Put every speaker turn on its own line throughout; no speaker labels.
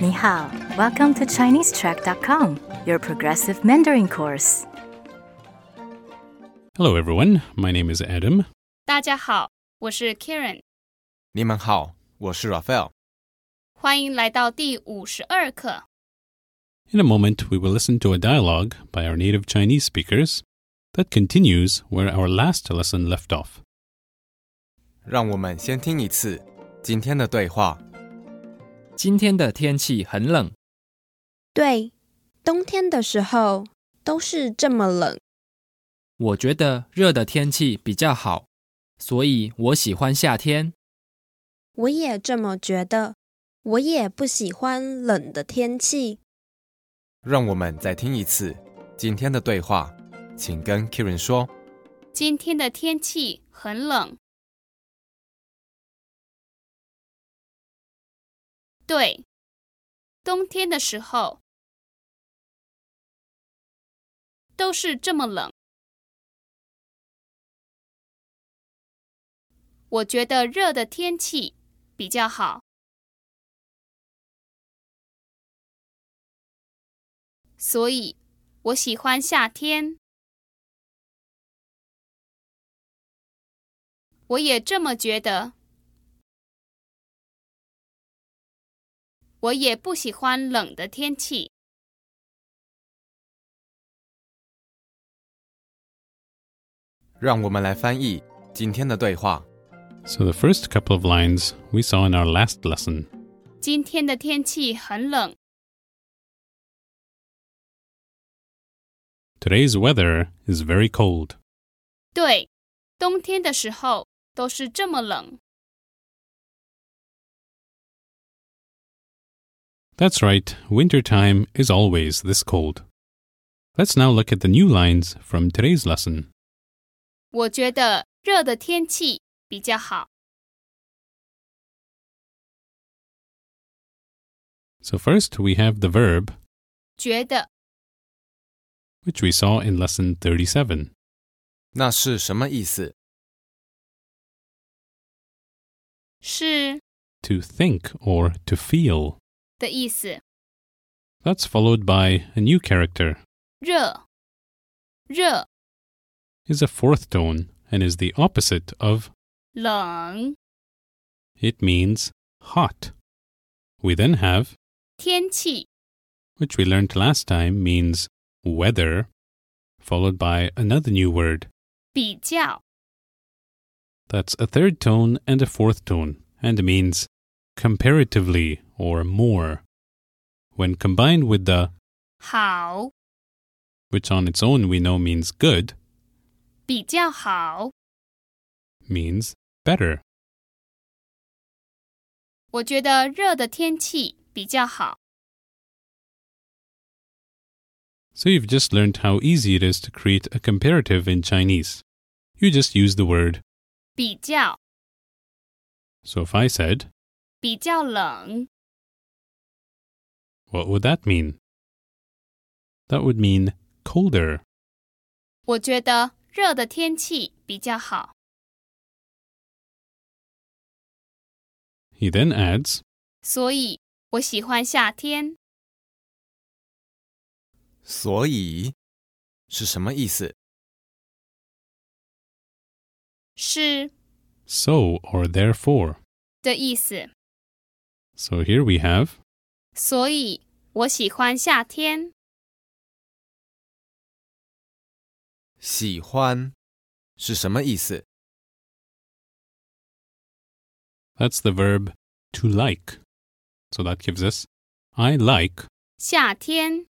你好，Welcome to ChineseTrack.com, your progressive Mandarin course.
Hello, everyone. My name is Adam.
大家好，我是 Karen，
你们好，我是 Raphael。
欢迎来到第五十二课。
In a moment, we will listen to a dialogue by our native Chinese speakers that continues where our last lesson left off.
让我们先听一次今天的对话。
今天的天气很冷，
对，冬天的时候都是这么冷。
我觉得热的天气比较好，所以我喜欢夏天。
我也这么觉得，我也不喜欢冷的天气。
让我们再听一次今天的对话，请跟 Kieran 说。
今天的天气很冷。对，冬天的时候都是这么冷。我觉得热的天气比较好，所以我喜欢夏天。我也这么觉得。我也不喜欢冷的天气。
让我们来翻译今天的对话。
So, the first couple of lines we saw in our last lesson.
今天的天气很冷，
Today's weather is very cold.
对，冬天的时候都是这么冷。
That's right, winter time is always this cold. Let's now look at the new lines from today's lesson.
我觉得热的天气比较好。
So, first we have the verb,
觉得
which we saw in lesson 37.
那是什么意思？
是
to think or to feel.
的意思，
That's followed by a new character,
热，热，
is a fourth tone and is the opposite of
冷，
it means hot. We then have,
天气，
which we learnt last time means weather, followed by another new word.
比较，
That's a third tone and a fourth tone and means comparatively or more. When combined with the,
好，
which on its own we know means good,
比较好。
means better.
我觉得热的天气比较好。
So you've just learned how easy it is to create a comparative in Chinese. You just use the word.
比较，
So if I said,
比较冷。
what would that mean? That would mean colder.
我觉得热的天气比较好。
He then adds,
所以我喜欢夏天。
所以是什么意思？
是
so or therefore.
的意思，
So here we have,
所以我喜欢夏天。
喜欢是什么意思？
that's the verb to like. So that gives us, I like.
夏天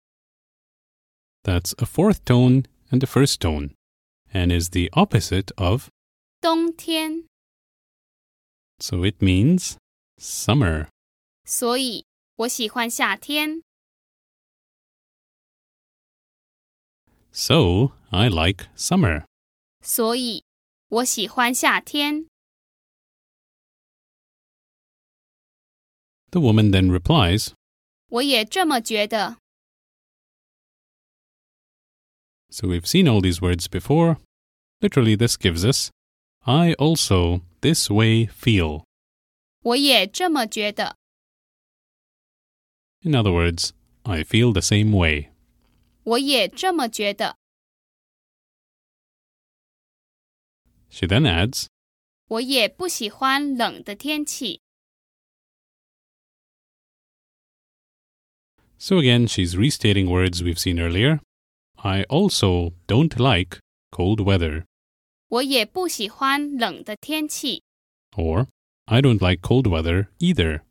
That's a fourth tone and a first tone, and is the opposite of,
冬天，
so it means summer.
所以我喜欢夏天。
So I like summer.
所以我喜欢夏天。
The woman then replies,
我也这么觉得。
So we've seen all these words before. Literally, this gives us, I also this way feel.
我也这么觉得。
In other words, I feel the same way.
我也这么觉得，
She then adds,
我也不喜欢冷的天气。
So again, she's restating words we've seen earlier. I also don't like cold weather,
我也不喜欢冷的天气，
or I don't like cold weather either.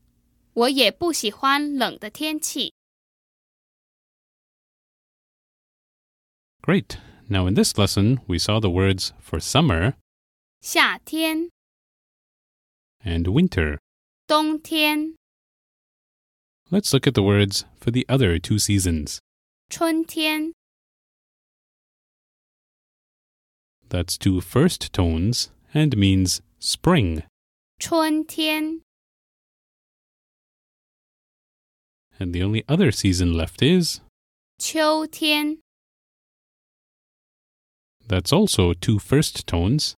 我也不喜欢冷的天气。
Great. Now, in this lesson, we saw the words for summer
夏天、
and winter.
冬天、
Let's look at the words for the other two seasons.
春天、
That's two first tones and means spring,
春天、
and the only other season left is
秋天、
that's also two first tones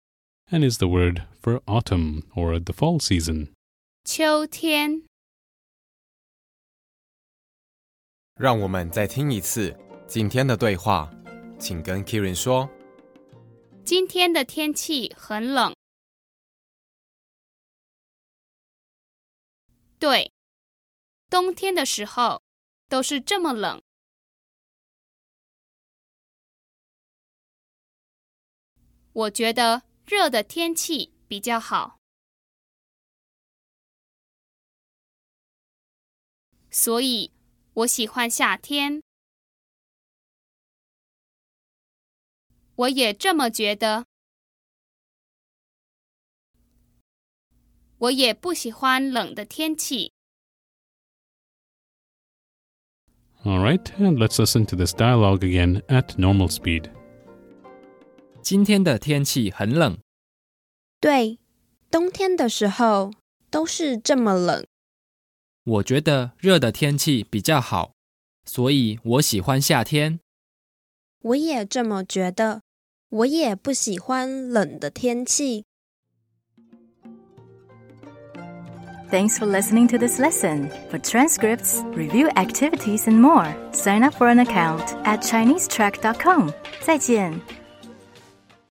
and is the word for autumn or the fall season.
秋天。
让我们再听一次今天的对话，请跟 Kirin 说。
今天的天气很冷。对，冬天的时候都是这么冷。我觉得热的天气比较好，所以我喜欢夏天。我也这么觉得。我也不喜欢冷的天气。
All right, and let's listen to this dialogue again at normal speed.
今天的天气很冷，
对，冬天的时候都是这么冷。
我觉得热的天气比较好，所以我喜欢夏天。
我也这么觉得。我也不喜欢冷的天气。
Thanks for listening to this lesson. For transcripts, review activities, and more, sign up for an account at ChineseTrack.com. 再见。